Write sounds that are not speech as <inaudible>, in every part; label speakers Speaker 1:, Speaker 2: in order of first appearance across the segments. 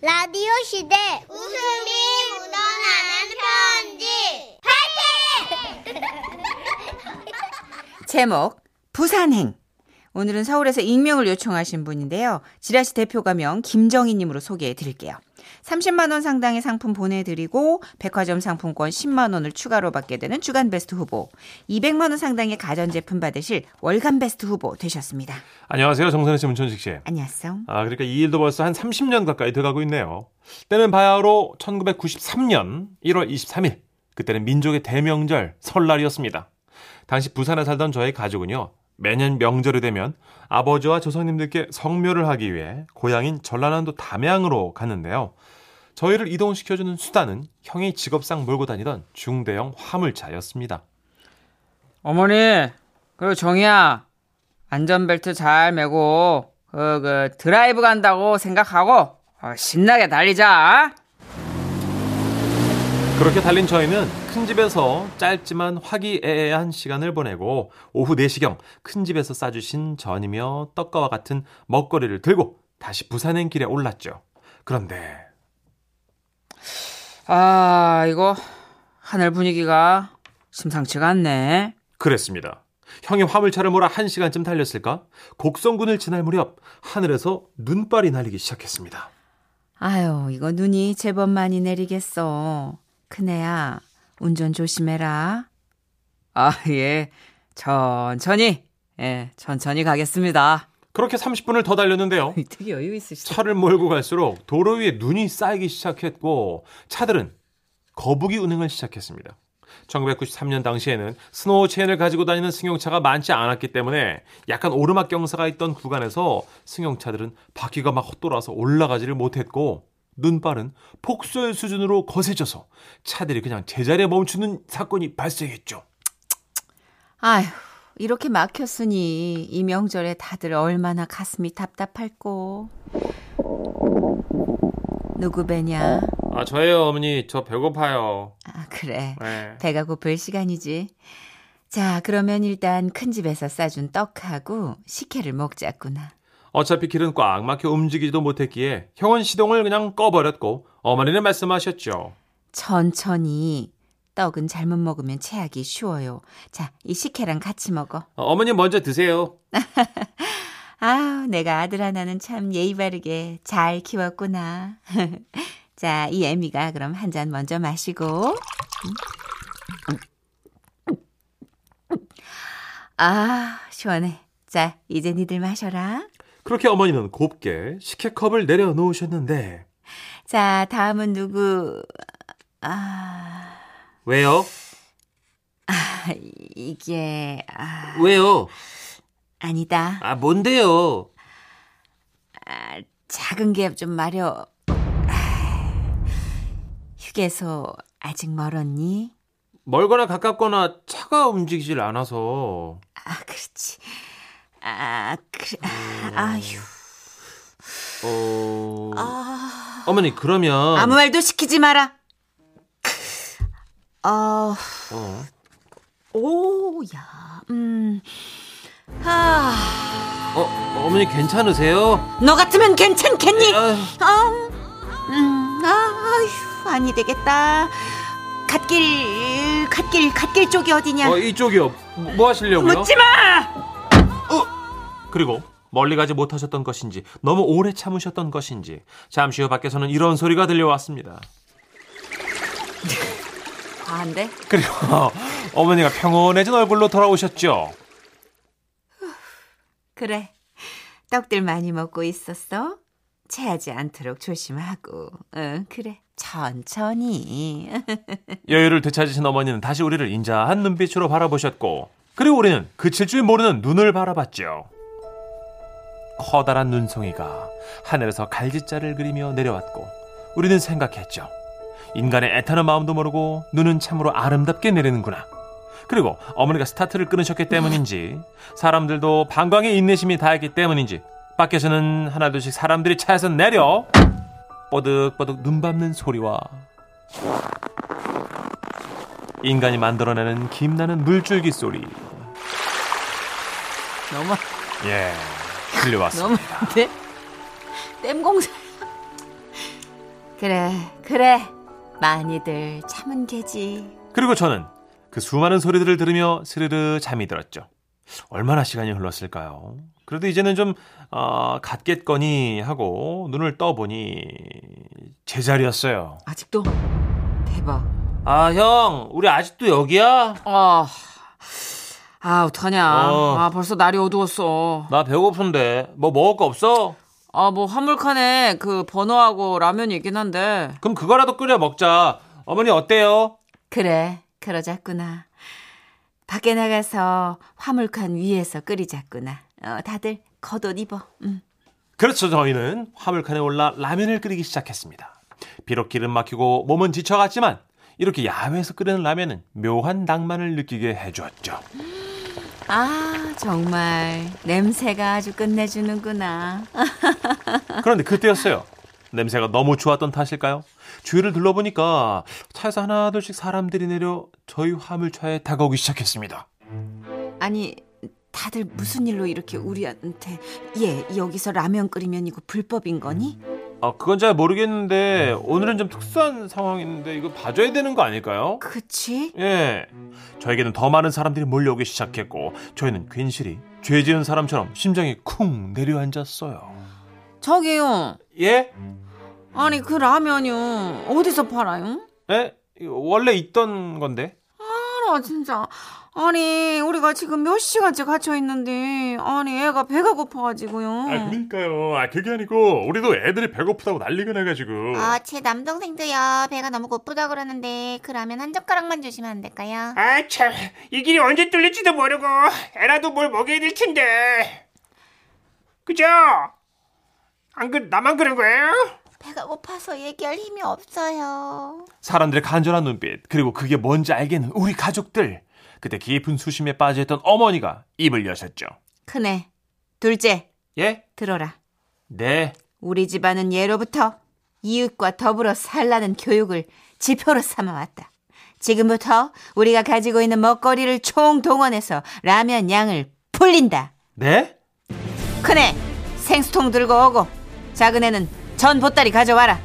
Speaker 1: 라디오 시대 웃음이 묻어나는 편지
Speaker 2: 제목 부산행 오늘은 서울에서 익명을 요청하신 분인데요. 지라시 대표 가명 김정희님으로 소개해 드릴게요. 30만 원 상당의 상품 보내드리고 백화점 상품권 10만 원을 추가로 받게 되는 주간 베스트 후보, 200만 원 상당의 가전제품 받으실 월간 베스트 후보 되셨습니다.
Speaker 3: 안녕하세요. 정선혜 씨, 문천식 씨.
Speaker 2: 안녕하세요.
Speaker 3: 아, 그러니까 이 일도 벌써 한 30년 가까이 들어가고 있네요. 때는 바야흐로 1993년 1월 23일. 그때는 민족의 대명절 설날이었습니다. 당시 부산에 살던 저의 가족은요. 매년 명절이 되면 아버지와 조상님들께 성묘를 하기 위해 고향인 전라남도 담양으로 갔는데요. 저희를 이동시켜주는 수단은 형이 직업상 몰고 다니던 중대형 화물차였습니다.
Speaker 2: 어머니 그리고 정희야 안전벨트 잘 매고 그, 그 드라이브 간다고 생각하고 어, 신나게 달리자.
Speaker 3: 그렇게 달린 저희는 큰 집에서 짧지만 화기애애한 시간을 보내고 오후 4시경 큰 집에서 싸주신 전이며 떡과와 같은 먹거리를 들고 다시 부산행 길에 올랐죠. 그런데
Speaker 2: 아, 이거 하늘 분위기가 심상치가 않네.
Speaker 3: 그랬습니다. 형이 화물차를 몰아 1시간쯤 달렸을까? 곡성군을 지날 무렵 하늘에서 눈발이 날리기 시작했습니다.
Speaker 2: 아유, 이거 눈이 제법 많이 내리겠어. 큰애야, 운전 조심해라. 아, 예. 천천히. 예, 천천히 가겠습니다. <laughs>
Speaker 3: 그렇게 30분을 더 달렸는데요.
Speaker 2: 되게 여유 있으시죠?
Speaker 3: 차를 몰고 갈수록 도로 위에 눈이 쌓이기 시작했고 차들은 거북이 운행을 시작했습니다. 1993년 당시에는 스노우 체인을 가지고 다니는 승용차가 많지 않았기 때문에 약간 오르막 경사가 있던 구간에서 승용차들은 바퀴가 막 헛돌아서 올라가지를 못했고 눈발은 폭설 수준으로 거세져서 차들이 그냥 제자리에 멈추는 사건이 발생했죠.
Speaker 2: 아휴, 이렇게 막혔으니 이 명절에 다들 얼마나 가슴이 답답할꼬. 누구 배냐?
Speaker 3: 아 저예요 어머니 저 배고파요. 네.
Speaker 2: 아, 그래. 배가 고플 시간이지. 자, 그러면 일단 큰 집에서 싸준 떡하고 식혜를 먹자꾸나.
Speaker 3: 어차피 길은 꽉 막혀 움직이지도 못했기에 형은 시동을 그냥 꺼버렸고 어머니는 말씀하셨죠.
Speaker 2: 천천히. 떡은 잘못 먹으면 체하기 쉬워요. 자, 이 식혜랑 같이 먹어.
Speaker 3: 어, 어머니 먼저 드세요.
Speaker 2: 아우, 내가 아들 하나는 참 예의 바르게 잘 키웠구나. <laughs> 자, 이 애미가 그럼 한 잔 먼저 마시고. 아, 시원해. 자, 이제 니들 마셔라.
Speaker 3: 그렇게 어머니는 곱게 식혜컵을 내려놓으셨는데
Speaker 2: 자, 다음은 누구? 아,
Speaker 3: 왜요?
Speaker 2: 이게 아,
Speaker 3: 왜요?
Speaker 2: 아니다.
Speaker 3: 아 뭔데요?
Speaker 2: 아, 작은 게 좀 마려. 아, 휴게소 아직 멀었니?
Speaker 3: 멀거나 가깝거나 차가 움직이질 않아서
Speaker 2: 아, 그렇지. 아, 그, 아, 아휴.
Speaker 3: 어...
Speaker 2: 아,
Speaker 3: 어머니 그러면
Speaker 2: 아무 말도 시키지 마라. 어,
Speaker 3: 어.
Speaker 2: 오야, 음, 아,
Speaker 3: 어, 어머니 괜찮으세요?
Speaker 2: 너 같으면 괜찮겠니?
Speaker 3: 아유.
Speaker 2: 아, 음, 아, 휴 아니 되겠다. 갓길, 갓길, 갓길 쪽이 어디냐?
Speaker 3: 어, 이쪽이요. 뭐- 뭐 하시려고요?
Speaker 2: 묻지 마!
Speaker 3: 그리고 멀리 가지 못하셨던 것인지 너무 오래 참으셨던 것인지 잠시 후 밖에서는 이런 소리가 들려왔습니다.
Speaker 2: 과한데?
Speaker 3: 그리고 <laughs> 어머니가 평온해진 얼굴로 돌아오셨죠.
Speaker 2: 그래. 떡들 많이 먹고 있었어? 체하지 않도록 조심하고. 응, 그래. 천천히. <laughs>
Speaker 3: 여유를 되찾으신 어머니는 다시 우리를 인자한 눈빛으로 바라보셨고 그리고 우리는 그칠 줄 모르는 눈을 바라봤죠. 커다란 눈송이가 하늘에서 갈짓자를 그리며 내려왔고 우리는 생각했죠. 인간의 애타는 마음도 모르고 눈은 참으로 아름답게 내리는구나. 그리고 어머니가 스타트를 끊으셨기 때문인지 사람들도 방광에 인내심이 닿았기 때문인지 밖에서는 하나둘씩 사람들이 차에서 내려 뽀득뽀득 눈 밟는 소리와 인간이 만들어내는 김나는 물줄기 소리
Speaker 2: 너무,
Speaker 3: 예 들려왔습니다
Speaker 2: 너무한데? 땜공사.
Speaker 4: 그래, 그래. 많이들 참은 개지.
Speaker 3: 그리고 저는 그 수많은 소리들을 들으며 스르르 잠이 들었죠. 얼마나 시간이 흘렀을까요? 그래도 이제는 좀 어, 갔겠거니 하고 눈을 떠보니 제자리였어요.
Speaker 4: 아직도? 대박.
Speaker 3: 아, 형, 우리 아직도 여기야?
Speaker 4: 아, 아, 어떡하냐.
Speaker 3: 어.
Speaker 4: 아, 벌써 날이 어두웠어.
Speaker 3: 나 배고픈데 뭐 먹을 거 없어?
Speaker 4: 아, 뭐, 화물칸에 그 번호하고 라면이 있긴 한데.
Speaker 3: 그럼 그거라도 끓여 먹자. 어머니 어때요?
Speaker 4: 그래, 그러자꾸나. 밖에 나가서 화물칸 위에서 끓이자꾸나. 어, 다들 겉옷 입어. 음.
Speaker 3: 그렇죠. 저희는 화물칸에 올라 라면을 끓이기 시작했습니다. 비록 기름 막히고 몸은 지쳐갔지만 이렇게 야외에서 끓이는 라면은 묘한 낭만을 느끼게 해주었죠.
Speaker 4: 아, 정말 냄새가 아주 끝내주는구나.
Speaker 3: 그런데 그때였어요. 냄새가 너무 좋았던 탓일까요? 주위를 둘러보니까 차에서 하나둘씩 사람들이 내려 저희 화물차에 다가오기 시작했습니다.
Speaker 4: 아니, 다들 무슨 일로 이렇게 우리한테 예, 여기서 라면 끓이면 이거 불법인 거니?
Speaker 3: 아, 그건 잘 모르겠는데 오늘은 좀 특수한 상황인데 이거 봐줘야 되는 거 아닐까요?
Speaker 4: 그치?
Speaker 3: 예. 저에게는 더 많은 사람들이 몰려오기 시작했고 저희는 괜시리 죄 지은 사람처럼 심장이 쿵 내려앉았어요.
Speaker 2: 저기요.
Speaker 3: 예?
Speaker 2: 아니 그 라면요. 어디서 팔아요?
Speaker 3: 예? 이거 원래 있던 건데.
Speaker 2: 알아 진짜. 아니 우리가 지금 몇 시간째 갇혀 있는데 아니 애가 배가 고파가지고요.
Speaker 3: 아, 그러니까요. 아, 그게 아니고 우리도 애들이 배고프다고 난리가 나 가지고.
Speaker 2: 아.
Speaker 5: 어, 제 남동생도요. 아, 배가 너무 고프다 그러는데 그 라면 한 젓가락만 주시면 안 될까요?
Speaker 6: 아, 참. 이 길이 언제 뚫릴지도 모르고, 애라도 뭘 먹여야 될 텐데. 그죠? 안 그, 나만 그런 거예요?
Speaker 5: 배가 고파서 얘기할 힘이 없어요.
Speaker 3: 사람들의 간절한 눈빛 그리고 그게 뭔지 알겠는 우리 가족들 그때 깊은 수심에 빠져있던 어머니가 입을 여셨죠
Speaker 2: 큰애, 둘째
Speaker 3: 예?
Speaker 2: 들어라.
Speaker 3: 네
Speaker 2: 우리 집안은 예로부터 이웃과 더불어 살라는 교육을 지표로 삼아왔다. 지금부터 우리가 가지고 있는 먹거리를 총 동원해서 라면 양을 풀린다.
Speaker 3: 네?
Speaker 2: 큰애 생수통 들고 오고 작은애는 전 보따리 가져와라.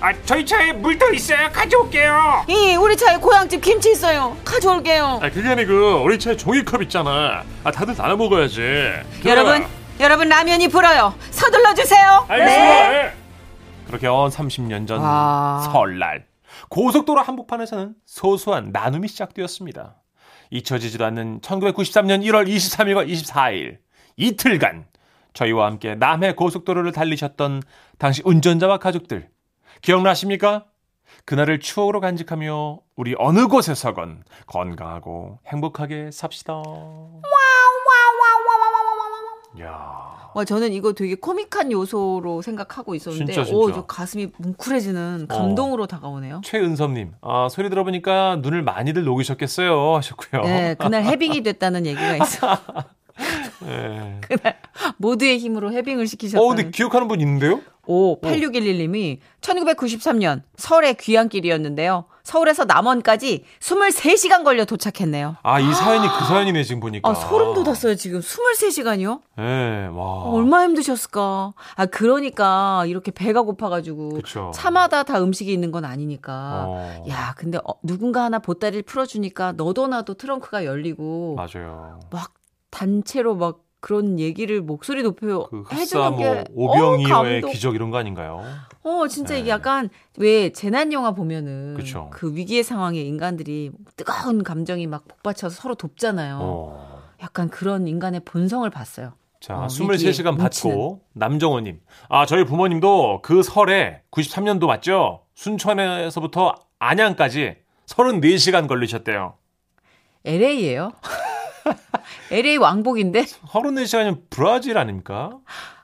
Speaker 6: 아, 저희 차에 물통 있어요. 가져올게요.
Speaker 2: 이 우리 차에 고향집 김치 있어요. 가져올게요.
Speaker 3: 아 그게 아니고 우리 차에 종이컵 있잖아 아 다들 나눠 먹어야지
Speaker 2: 여러분, 여러분 라면이 불어요. 서둘러 주세요.
Speaker 3: 네. 예. 그렇게 온 30년 전
Speaker 2: 와.
Speaker 3: 설날 고속도로 한복판에서는 소소한 나눔이 시작되었습니다 잊혀지지도 않는 1993년 1월 23일과 24일 이틀간 저희와 함께 남해 고속도로를 달리셨던 당시 운전자와 가족들 기억나십니까? 그날을 추억으로 간직하며 우리 어느 곳에 서건 건강하고 행복하게 삽시다. 야,
Speaker 2: 와 어, 저는 이거 되게 코믹한 요소로 생각하고 있었는데,
Speaker 3: 진짜, 진짜. 어.
Speaker 2: 오, 저 가슴이 뭉클해지는 감동으로 다가오네요.
Speaker 3: 최은섭님, 아, 소리 들어보니까 눈을 많이들 녹이셨겠어요 하셨고요.
Speaker 2: 네, 그날 해빙이 됐다는 얘기가 있어.
Speaker 3: <laughs>
Speaker 2: 요
Speaker 3: 예.
Speaker 2: 그 모두의 힘으로 해빙을
Speaker 3: 어,
Speaker 2: 시키셨다는.
Speaker 3: 근데 기억하는 어. 분 있는데요?
Speaker 2: 오, 8611님이 1993년 설의 귀향길이었는데요. 서울에서 남원까지 23시간 걸려 도착했네요.
Speaker 3: 아, 이 사연이 그 사연이네 지금 보니까.
Speaker 2: 아, 소름 돋았어요, 지금. 23시간이요? 어,
Speaker 3: 예, 와.
Speaker 2: 얼마나 힘드셨을까. 아, 그러니까 이렇게 배가 고파가지고
Speaker 3: 그쵸.
Speaker 2: 차마다 다 음식이 있는 건 아니니까.
Speaker 3: 어,
Speaker 2: 야, 근데 어, 누군가 하나 보따리를 풀어주니까 너도 나도 트렁크가 열리고
Speaker 3: 맞아요.
Speaker 2: 막 단체로 막 그런 얘기를 목소리 높여
Speaker 3: 그 흡사
Speaker 2: 해주는
Speaker 3: 뭐
Speaker 2: 게
Speaker 3: 오병이어의
Speaker 2: 어, 감동.
Speaker 3: 기적 이런 거 아닌가요?
Speaker 2: 어, 진짜
Speaker 3: 네.
Speaker 2: 이게 약간 왜 재난 영화 보면은
Speaker 3: 그쵸.
Speaker 2: 그 위기의 상황에 인간들이 뜨거운 감정이 막 복받쳐서 서로 돕잖아요.
Speaker 3: 어.
Speaker 2: 약간 그런 인간의 본성을 봤어요.
Speaker 3: 자,
Speaker 2: 어,
Speaker 3: 23시간
Speaker 2: 위기에
Speaker 3: 받고 남정호님. 아, 저희 부모님도 그 설에 93년도 맞죠? 순천에서부터 안양까지 34시간 걸리셨대요.
Speaker 2: LA예요. <laughs> LA 왕복인데
Speaker 3: 34시간이면 브라질 아닙니까?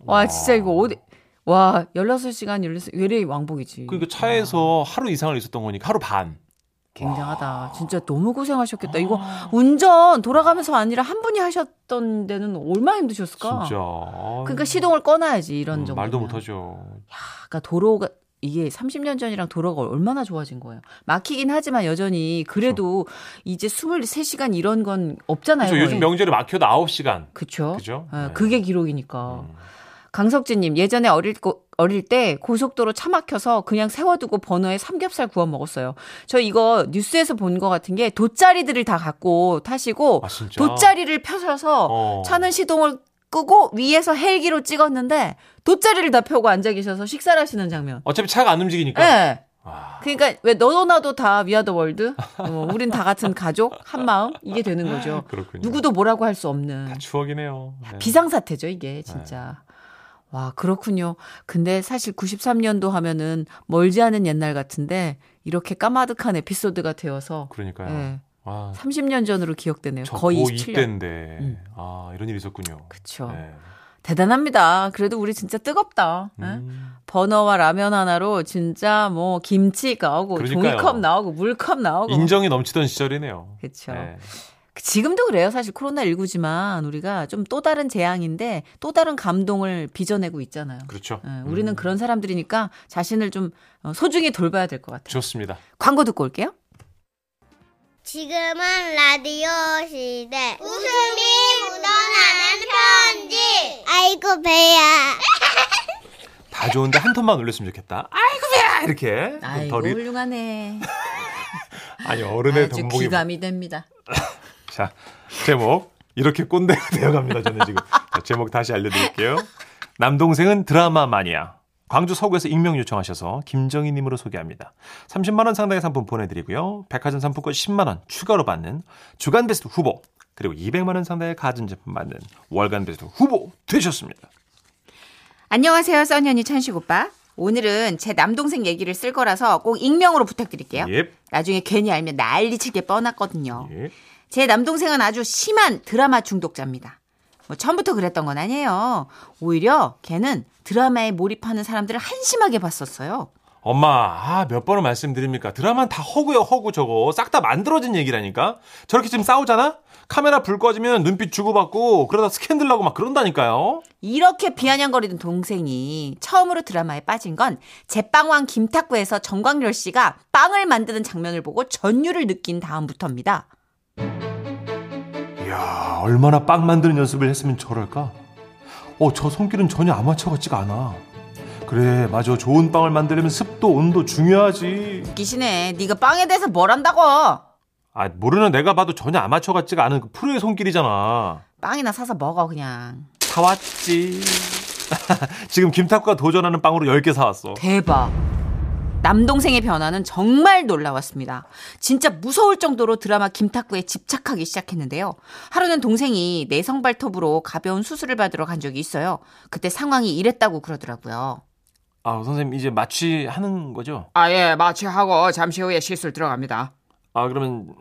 Speaker 2: 와 진짜 이거 어디 와 16시간 16 LA 왕복이지.
Speaker 3: 그러니까
Speaker 2: 음.
Speaker 3: 차에서 하루 이상을 있었던 거니까 하루 반.
Speaker 2: 굉장하다. 진짜 너무 고생하셨겠다. 이거
Speaker 3: 아.
Speaker 2: 운전 돌아가면서 아니라 한 분이 하셨던 데는 얼마나 힘드셨을까?
Speaker 3: 진짜. 아유,
Speaker 2: 그러니까 시동을 꺼놔야지 이런
Speaker 3: 음,
Speaker 2: 정도.
Speaker 3: 말도 못 하죠.
Speaker 2: 그러니까 도로가 이게 30년 전이랑 도로가 얼마나 좋아진 거예요. 막히긴 하지만 여전히 그래도 이제 23시간 이런 건 없잖아요.
Speaker 3: 그렇죠. 요즘 명절에 막혀도 9시간.
Speaker 2: 그쵸?
Speaker 3: 그죠?
Speaker 2: 예,
Speaker 3: 네.
Speaker 2: 그게 기록이니까. 강석진님 예전에 어릴 거- 어릴 때 고속도로 차 막혀서 그냥 세워두고 번호에 삼겹살 구워 먹었어요. 저 이거 뉴스에서 본 것 같은 게 돗자리들을 다 갖고 타시고
Speaker 3: 아, 진짜?
Speaker 2: 돗자리를 펴셔서
Speaker 3: 어.
Speaker 2: 차는 시동을 끄고 위에서 헬기로 찍었는데 돗자리를 다 펴고 앉아 계셔서 식사를 하시는 장면.
Speaker 3: 어차피 차가 안
Speaker 2: 예.
Speaker 3: 움직이니까.
Speaker 2: 네.
Speaker 3: 아,
Speaker 2: 그러니까 왜 너도 나도 다 위아더 월드? 어, 우린 다 같은 가족 한 마음 이게 되는 거죠.
Speaker 3: 그렇군요.
Speaker 2: 누구도 뭐라고 할 수 없는
Speaker 3: 다 추억이네요. 네.
Speaker 2: 비상사태죠, 이게 진짜. 와, 그렇군요. 근데 사실 93년도 하면은 멀지 않은 옛날 같은데 이렇게 까마득한 에피소드가 되어서
Speaker 3: 그러니까요.
Speaker 2: 예,
Speaker 3: 아,
Speaker 2: 30년 전으로 기억되네요.
Speaker 3: 저
Speaker 2: 거의
Speaker 3: 고
Speaker 2: 27년. 음.
Speaker 3: 이때인데 아 이런 일이 있었군요.
Speaker 2: 그쵸.
Speaker 3: 네.
Speaker 2: 대단합니다. 그래도 우리 진짜 뜨겁다. 예?
Speaker 3: 음.
Speaker 2: 버너와 라면 하나로 진짜 뭐 김치 나오고
Speaker 3: 그러니까요.
Speaker 2: 종이컵 나오고 물컵 나오고
Speaker 3: 인정이 넘치던 시절이네요.
Speaker 2: 그렇죠.
Speaker 3: 네.
Speaker 2: 지금도 그래요. 사실 코로나19지만 우리가 좀 또 다른 재앙인데 또 다른 감동을 빚어내고 있잖아요.
Speaker 3: 그렇죠.
Speaker 2: 예, 우리는 그런 사람들이니까 자신을 좀 어, 소중히 돌봐야 될 것 같아요.
Speaker 3: 좋습니다.
Speaker 2: 광고 듣고 올게요.
Speaker 5: 지금은 라디오 시대. 웃음이 묻어나는 편지. 아이고, 배야.
Speaker 3: 다 좋은데 한 톤만 올렸으면 좋겠다. 아이고 야 이렇게 좀
Speaker 2: 아이고
Speaker 3: 덜이
Speaker 2: 훌륭하네.
Speaker 3: 아니 어른의
Speaker 2: 아주
Speaker 3: 덤봉이
Speaker 2: 귀감이 됩니다.
Speaker 3: 자 제목 이렇게 꼰대가 <laughs> 되어갑니다 저는 지금 자, 제목 다시 알려드릴게요 남동생은 드라마 마니아 광주 서구에서 익명 요청하셔서 김정희님으로 소개합니다 30만 원 상당의 상품 보내드리고요 백화점 상품권 10만 원 추가로 받는 주간 베스트 후보 그리고 200만 원 상당의 가전제품 받는 월간 베스트 후보 되셨습니다
Speaker 7: 안녕하세요, 써니언니 천식 오빠. 오늘은 제 남동생 얘기를 쓸 거라서 꼭 익명으로 부탁드릴게요.
Speaker 3: 예.
Speaker 7: 나중에 괜히 알면 난리칠 게 뻔했거든요.
Speaker 3: 예.
Speaker 7: 제 남동생은 아주 심한 드라마 중독자입니다. 뭐 처음부터 그랬던 건 아니에요. 오히려 걔는 드라마에 몰입하는 사람들을 한심하게 봤었어요.
Speaker 3: 엄마, 아, 몇 번을 말씀드립니까? 드라마는 다 허구요, 허구 저거. 싹 다 만들어진 얘기라니까? 저렇게 지금 싸우잖아? 카메라 불 꺼지면 눈빛 주고받고, 그러다 스캔들 나고 막 그런다니까요?
Speaker 7: 이렇게 비아냥거리던 동생이 처음으로 드라마에 빠진 건 제빵왕 김탁구에서 정광열 씨가 빵을 만드는 장면을 보고 전율을 느낀 다음부터입니다.
Speaker 3: 이야, 얼마나 빵 만드는 연습을 했으면 저럴까? 어, 저 손길은 전혀 아마추어 같지가 않아. 그래, 맞아. 좋은 빵을 만들려면 습도, 온도 중요하지.
Speaker 7: 웃기시네. 네가 빵에 대해서 뭘 안다고?
Speaker 3: 아, 모르는 내가 봐도 전혀 아마추어 같지가 않은 그 프로의 손길이잖아.
Speaker 7: 빵이나 사서 먹어 그냥.
Speaker 3: 사왔지. <laughs> 지금 김탁구가 도전하는 빵으로 10개 사왔어.
Speaker 7: 대박. 남동생의 변화는 정말 놀라웠습니다. 진짜 무서울 정도로 드라마 김탁구에 집착하기 시작했는데요. 하루는 동생이 내성발톱으로 가벼운 수술을 받으러 간 적이 있어요. 그때 상황이 이랬다고 그러더라고요.
Speaker 3: 아, 선생님, 이제 마취하는 거죠?
Speaker 8: 아, 예, 마취하고 잠시 후에 시술 들어갑니다.
Speaker 3: 아 그러면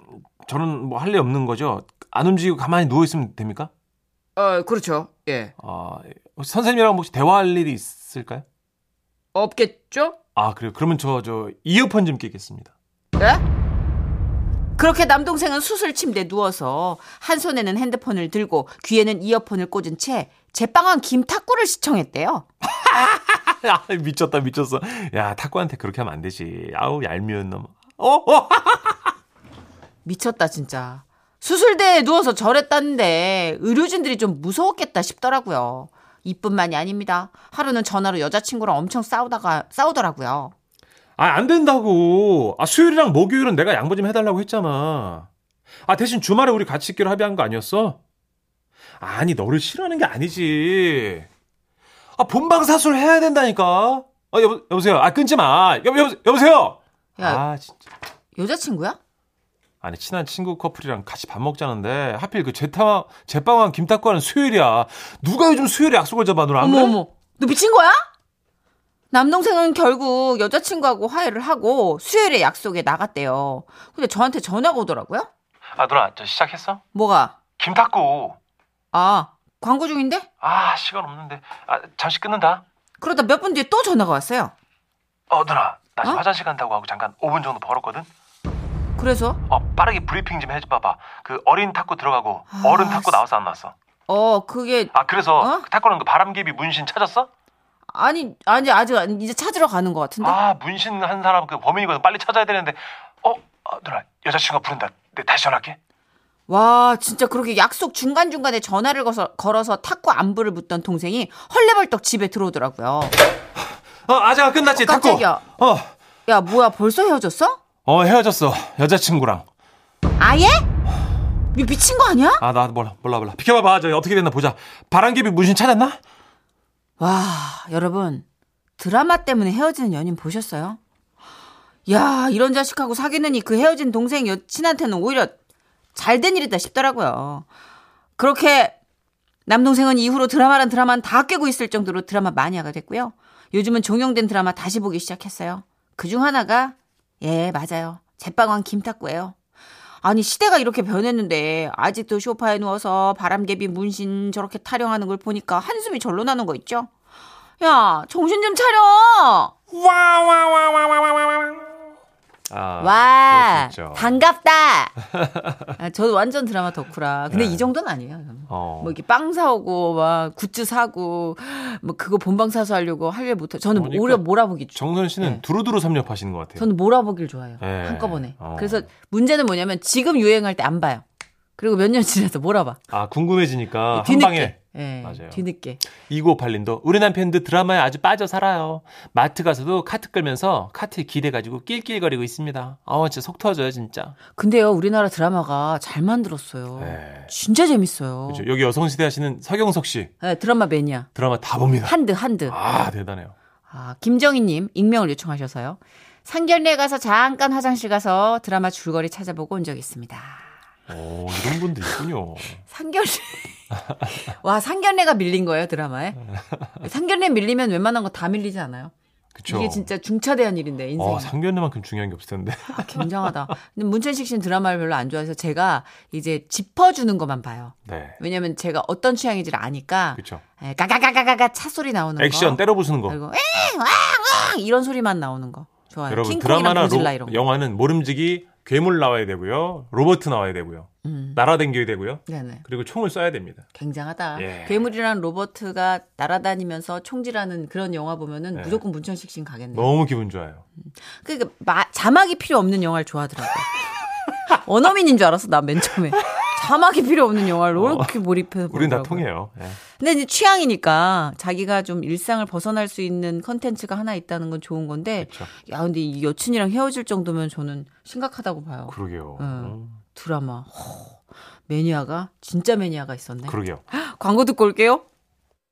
Speaker 3: 저는 뭐 할 일 없는 거죠? 안 움직이고 가만히 누워 있으면 됩니까?
Speaker 8: 어, 그렇죠. 예.
Speaker 3: 아 혹시 선생님이랑 혹시 대화할 일이 있을까요?
Speaker 8: 없겠죠?
Speaker 3: 아 그래요. 그러면 저 저 이어폰 좀 끼겠습니다. <laughs>
Speaker 8: 예?
Speaker 7: 그렇게 남동생은 수술 침대에 누워서 한 손에는 핸드폰을 들고 귀에는 이어폰을 꽂은 채 제빵한 김탁구를 시청했대요.
Speaker 3: 아 미쳤다 미쳤어. 야 탁구한테 그렇게 하면 안 되지. 아우 얄미운 놈. 어? 어?
Speaker 7: 미쳤다 진짜. 수술대에 누워서 저랬다는데 의료진들이 좀 무서웠겠다 싶더라고요. 이뿐만이 아닙니다. 하루는 전화로 여자친구랑 엄청 싸우다가 싸우더라고요.
Speaker 3: 아안 된다고. 아 수요일이랑 목요일은 내가 양보 좀 해달라고 했잖아. 아 대신 주말에 우리 같이 있기로 합의한 거 아니었어? 아니 너를 싫어하는 게 아니지. 아 본방사수를 해야 된다니까. 아 여보 여보세요. 아 끊지 마. 여보 여보- 여보세요.
Speaker 7: 야.
Speaker 3: 아 진짜.
Speaker 7: 여자친구야?
Speaker 3: 아니 친한 친구 커플이랑 같이 밥 먹자는데 하필 그 제타 제빵왕 김탁구하는 수요일이야. 누가 요즘 수요일에 약속을 잡아 누나 안
Speaker 7: 어머
Speaker 3: 그래?
Speaker 7: 어머. 너 미친 거야? 남동생은 결국 여자친구하고 화해를 하고 수요일에 약속에 나갔대요. 근데 저한테 전화가 오더라고요.
Speaker 3: 아 누나 저 시작했어?
Speaker 7: 뭐가?
Speaker 3: 김탁구.
Speaker 7: 아, 광고 중인데?
Speaker 3: 아 시간 없는데 아 잠시 끊는다.
Speaker 7: 그러다 몇 분 뒤에 또 전화가 왔어요.
Speaker 3: 어 누나 나
Speaker 7: 지금 어?
Speaker 3: 화장실 간다고 하고 잠깐 5분 정도 벌었거든.
Speaker 7: 그래서
Speaker 3: 어 빠르게 브리핑 좀 해줘봐봐. 그 어린 탁구 들어가고
Speaker 7: 아, 어른 탁구 씨.
Speaker 3: 나와서 안 나왔어.
Speaker 7: 어 그게
Speaker 3: 아 그래서
Speaker 7: 어?
Speaker 3: 탁구는 그 바람개비 문신 찾았어?
Speaker 7: 아니 아니 아직 안- 이제 찾으러 가는 것 같은데.
Speaker 3: 아 문신 한 어, 사람 그 범인이거든 빨리 찾아야 되는데 어 누나 여자친구가 부른다. 내 다시 네, 전화할게.
Speaker 2: 와, 진짜 그렇게 약속 중간중간에 전화를 걸어서, 걸어서 탁구 안부를 묻던 동생이 헐레벌떡 집에 들어오더라고요.
Speaker 3: 어, 아자가 끝났지, 탁구.
Speaker 2: 깜짝이야.
Speaker 3: 어,
Speaker 2: 야, 뭐야, 벌써 헤어졌어?
Speaker 3: 어, 헤어졌어. 여자친구랑.
Speaker 2: 아예? 미, 미친 거 아니야?
Speaker 3: 아, 나 몰라, 몰라, 몰라. 비켜봐봐. 저 어떻게 됐나 보자. 바람개비 문신 찾았나?
Speaker 2: 와, 여러분. 드라마 때문에 헤어지는 연인 보셨어요? 야, 이런 자식하고 사귀느니 그 헤어진 동생 여친한테는 오히려 잘 된 일이다 싶더라고요. 그렇게 남동생은 이후로 드라마란 드라마는 다 깨고 있을 정도로 드라마 마니아가 됐고요. 요즘은 종영된 드라마 다시 보기 시작했어요. 그 중 하나가 예, 맞아요. 제빵왕 김탁구예요. 아니 시대가 이렇게 변했는데 아직도 소파에 누워서 바람개비 문신 저렇게 타령하는 걸 보니까 한숨이 절로 나는 거 있죠? 야, 정신 좀 차려.
Speaker 6: 와와와와와와와
Speaker 3: 아,
Speaker 2: 와,
Speaker 3: 그럴 수 있죠.
Speaker 2: 반갑다. <laughs> 아, 저도 완전 드라마 덕후라.
Speaker 3: 네.
Speaker 2: 근데 이 정도는 아니에요.
Speaker 3: 어.
Speaker 2: 뭐 이렇게 빵 사오고 막 굿즈 사고 뭐 그거 본방 사수 하려고 할일 못해. 저는
Speaker 3: 그러니까
Speaker 2: 오히려 몰아보기. 좋-
Speaker 3: 정선 씨는
Speaker 2: 예.
Speaker 3: 두루두루 섭렵하시는 것 같아요.
Speaker 2: 저는 몰아보기를 좋아해요.
Speaker 3: 예.
Speaker 2: 한꺼번에.
Speaker 3: 어.
Speaker 2: 그래서 문제는 뭐냐면 지금 유행할 때 안 봐요. 그리고 몇 년 지나서 몰아봐.
Speaker 3: 아, 궁금해지니까 한
Speaker 2: 뒤늦게.
Speaker 3: 방에
Speaker 2: 예,
Speaker 3: 맞아요.
Speaker 2: 뒤늦게.
Speaker 3: 2958님도 우리 남편도 드라마에 아주 빠져 살아요. 마트 가서도 카트 끌면서 카트에 기대가지고 낄낄거리고 있습니다. 아, 진짜 속 터져요, 진짜.
Speaker 2: 근데요, 우리나라 드라마가 잘 만들었어요.
Speaker 3: 네.
Speaker 2: 진짜 재밌어요.
Speaker 3: 그렇죠. 여기 여성시대 하시는 서경석 씨
Speaker 2: 예, 드라마 매니아.
Speaker 3: 드라마 다 봅니다.
Speaker 2: 한드, 한드.
Speaker 3: 아, 대단해요.
Speaker 2: 아, 김정희님 익명을 요청하셔서요. 상견례 가서 잠깐 화장실 가서 드라마 줄거리 찾아보고 온 적 있습니다.
Speaker 3: 오, 어, 이런 분들 있군요.
Speaker 2: 상견례. <laughs> 와, 상견례가 밀린 거예요, 드라마에? 상견례 밀리면 웬만한 거 다 밀리지 않아요?
Speaker 3: 그쵸.
Speaker 2: 이게 진짜 중차대한 일인데, 인생.
Speaker 3: 어, 상견례만큼 중요한 게 없을 텐데.
Speaker 2: 아, 굉장하다. 근데 문천식 씨는 드라마를 별로 안 좋아해서 제가 이제 짚어주는 것만 봐요.
Speaker 3: <laughs> 네.
Speaker 2: 왜냐면 제가 어떤 취향인지를 아니까
Speaker 3: 그쵸.
Speaker 2: 에, 가가가가가가 차 소리 나오는
Speaker 3: 액션
Speaker 2: 거.
Speaker 3: 때려 부수는 거.
Speaker 2: 그리고 에이, 와, 와 이런 소리만 나오는 거. 좋아요.
Speaker 3: 여러분
Speaker 2: 킹콩이랑
Speaker 3: 드라마나
Speaker 2: 고질라
Speaker 3: 로-
Speaker 2: 이런 거.
Speaker 3: 영화는 모름지기 괴물 나와야 되고요. 로버트 나와야 되고요.
Speaker 2: 음.
Speaker 3: 날아댕겨야 되고요.
Speaker 2: 네네.
Speaker 3: 그리고 총을 쏴야 됩니다.
Speaker 2: 굉장하다.
Speaker 3: 예.
Speaker 2: 괴물이란 로버트가 날아다니면서 총질하는 그런 영화 보면은
Speaker 3: 예. 뭐?
Speaker 2: 무조건 문천식 씨는 가겠네요.
Speaker 3: 너무 기분 좋아요.
Speaker 2: 그러니까 마- 자막이 필요 없는 영화를
Speaker 3: <laughs>
Speaker 2: 좋아하더라고. 원어민인 줄 알았어 나 맨 처음에. 자막이 필요 없는 영화를 이렇게 몰입해서
Speaker 3: 어. 우린 다
Speaker 2: 보더라고요.
Speaker 3: 통해요. 예.
Speaker 2: 근데 이제 취향이니까 자기가 좀 일상을 벗어날 수 있는 컨텐츠가 하나 있다는 건 좋은 건데
Speaker 3: 그쵸.
Speaker 2: 야 근데 이 여친이랑 헤어질 정도면 저는 심각하다고 봐요.
Speaker 3: 그러게요. 어?
Speaker 2: 음. 드라마. 허, 매니아가 진짜 매니아가 있었네.
Speaker 3: 그러게요.
Speaker 2: 광고 듣고 올게요.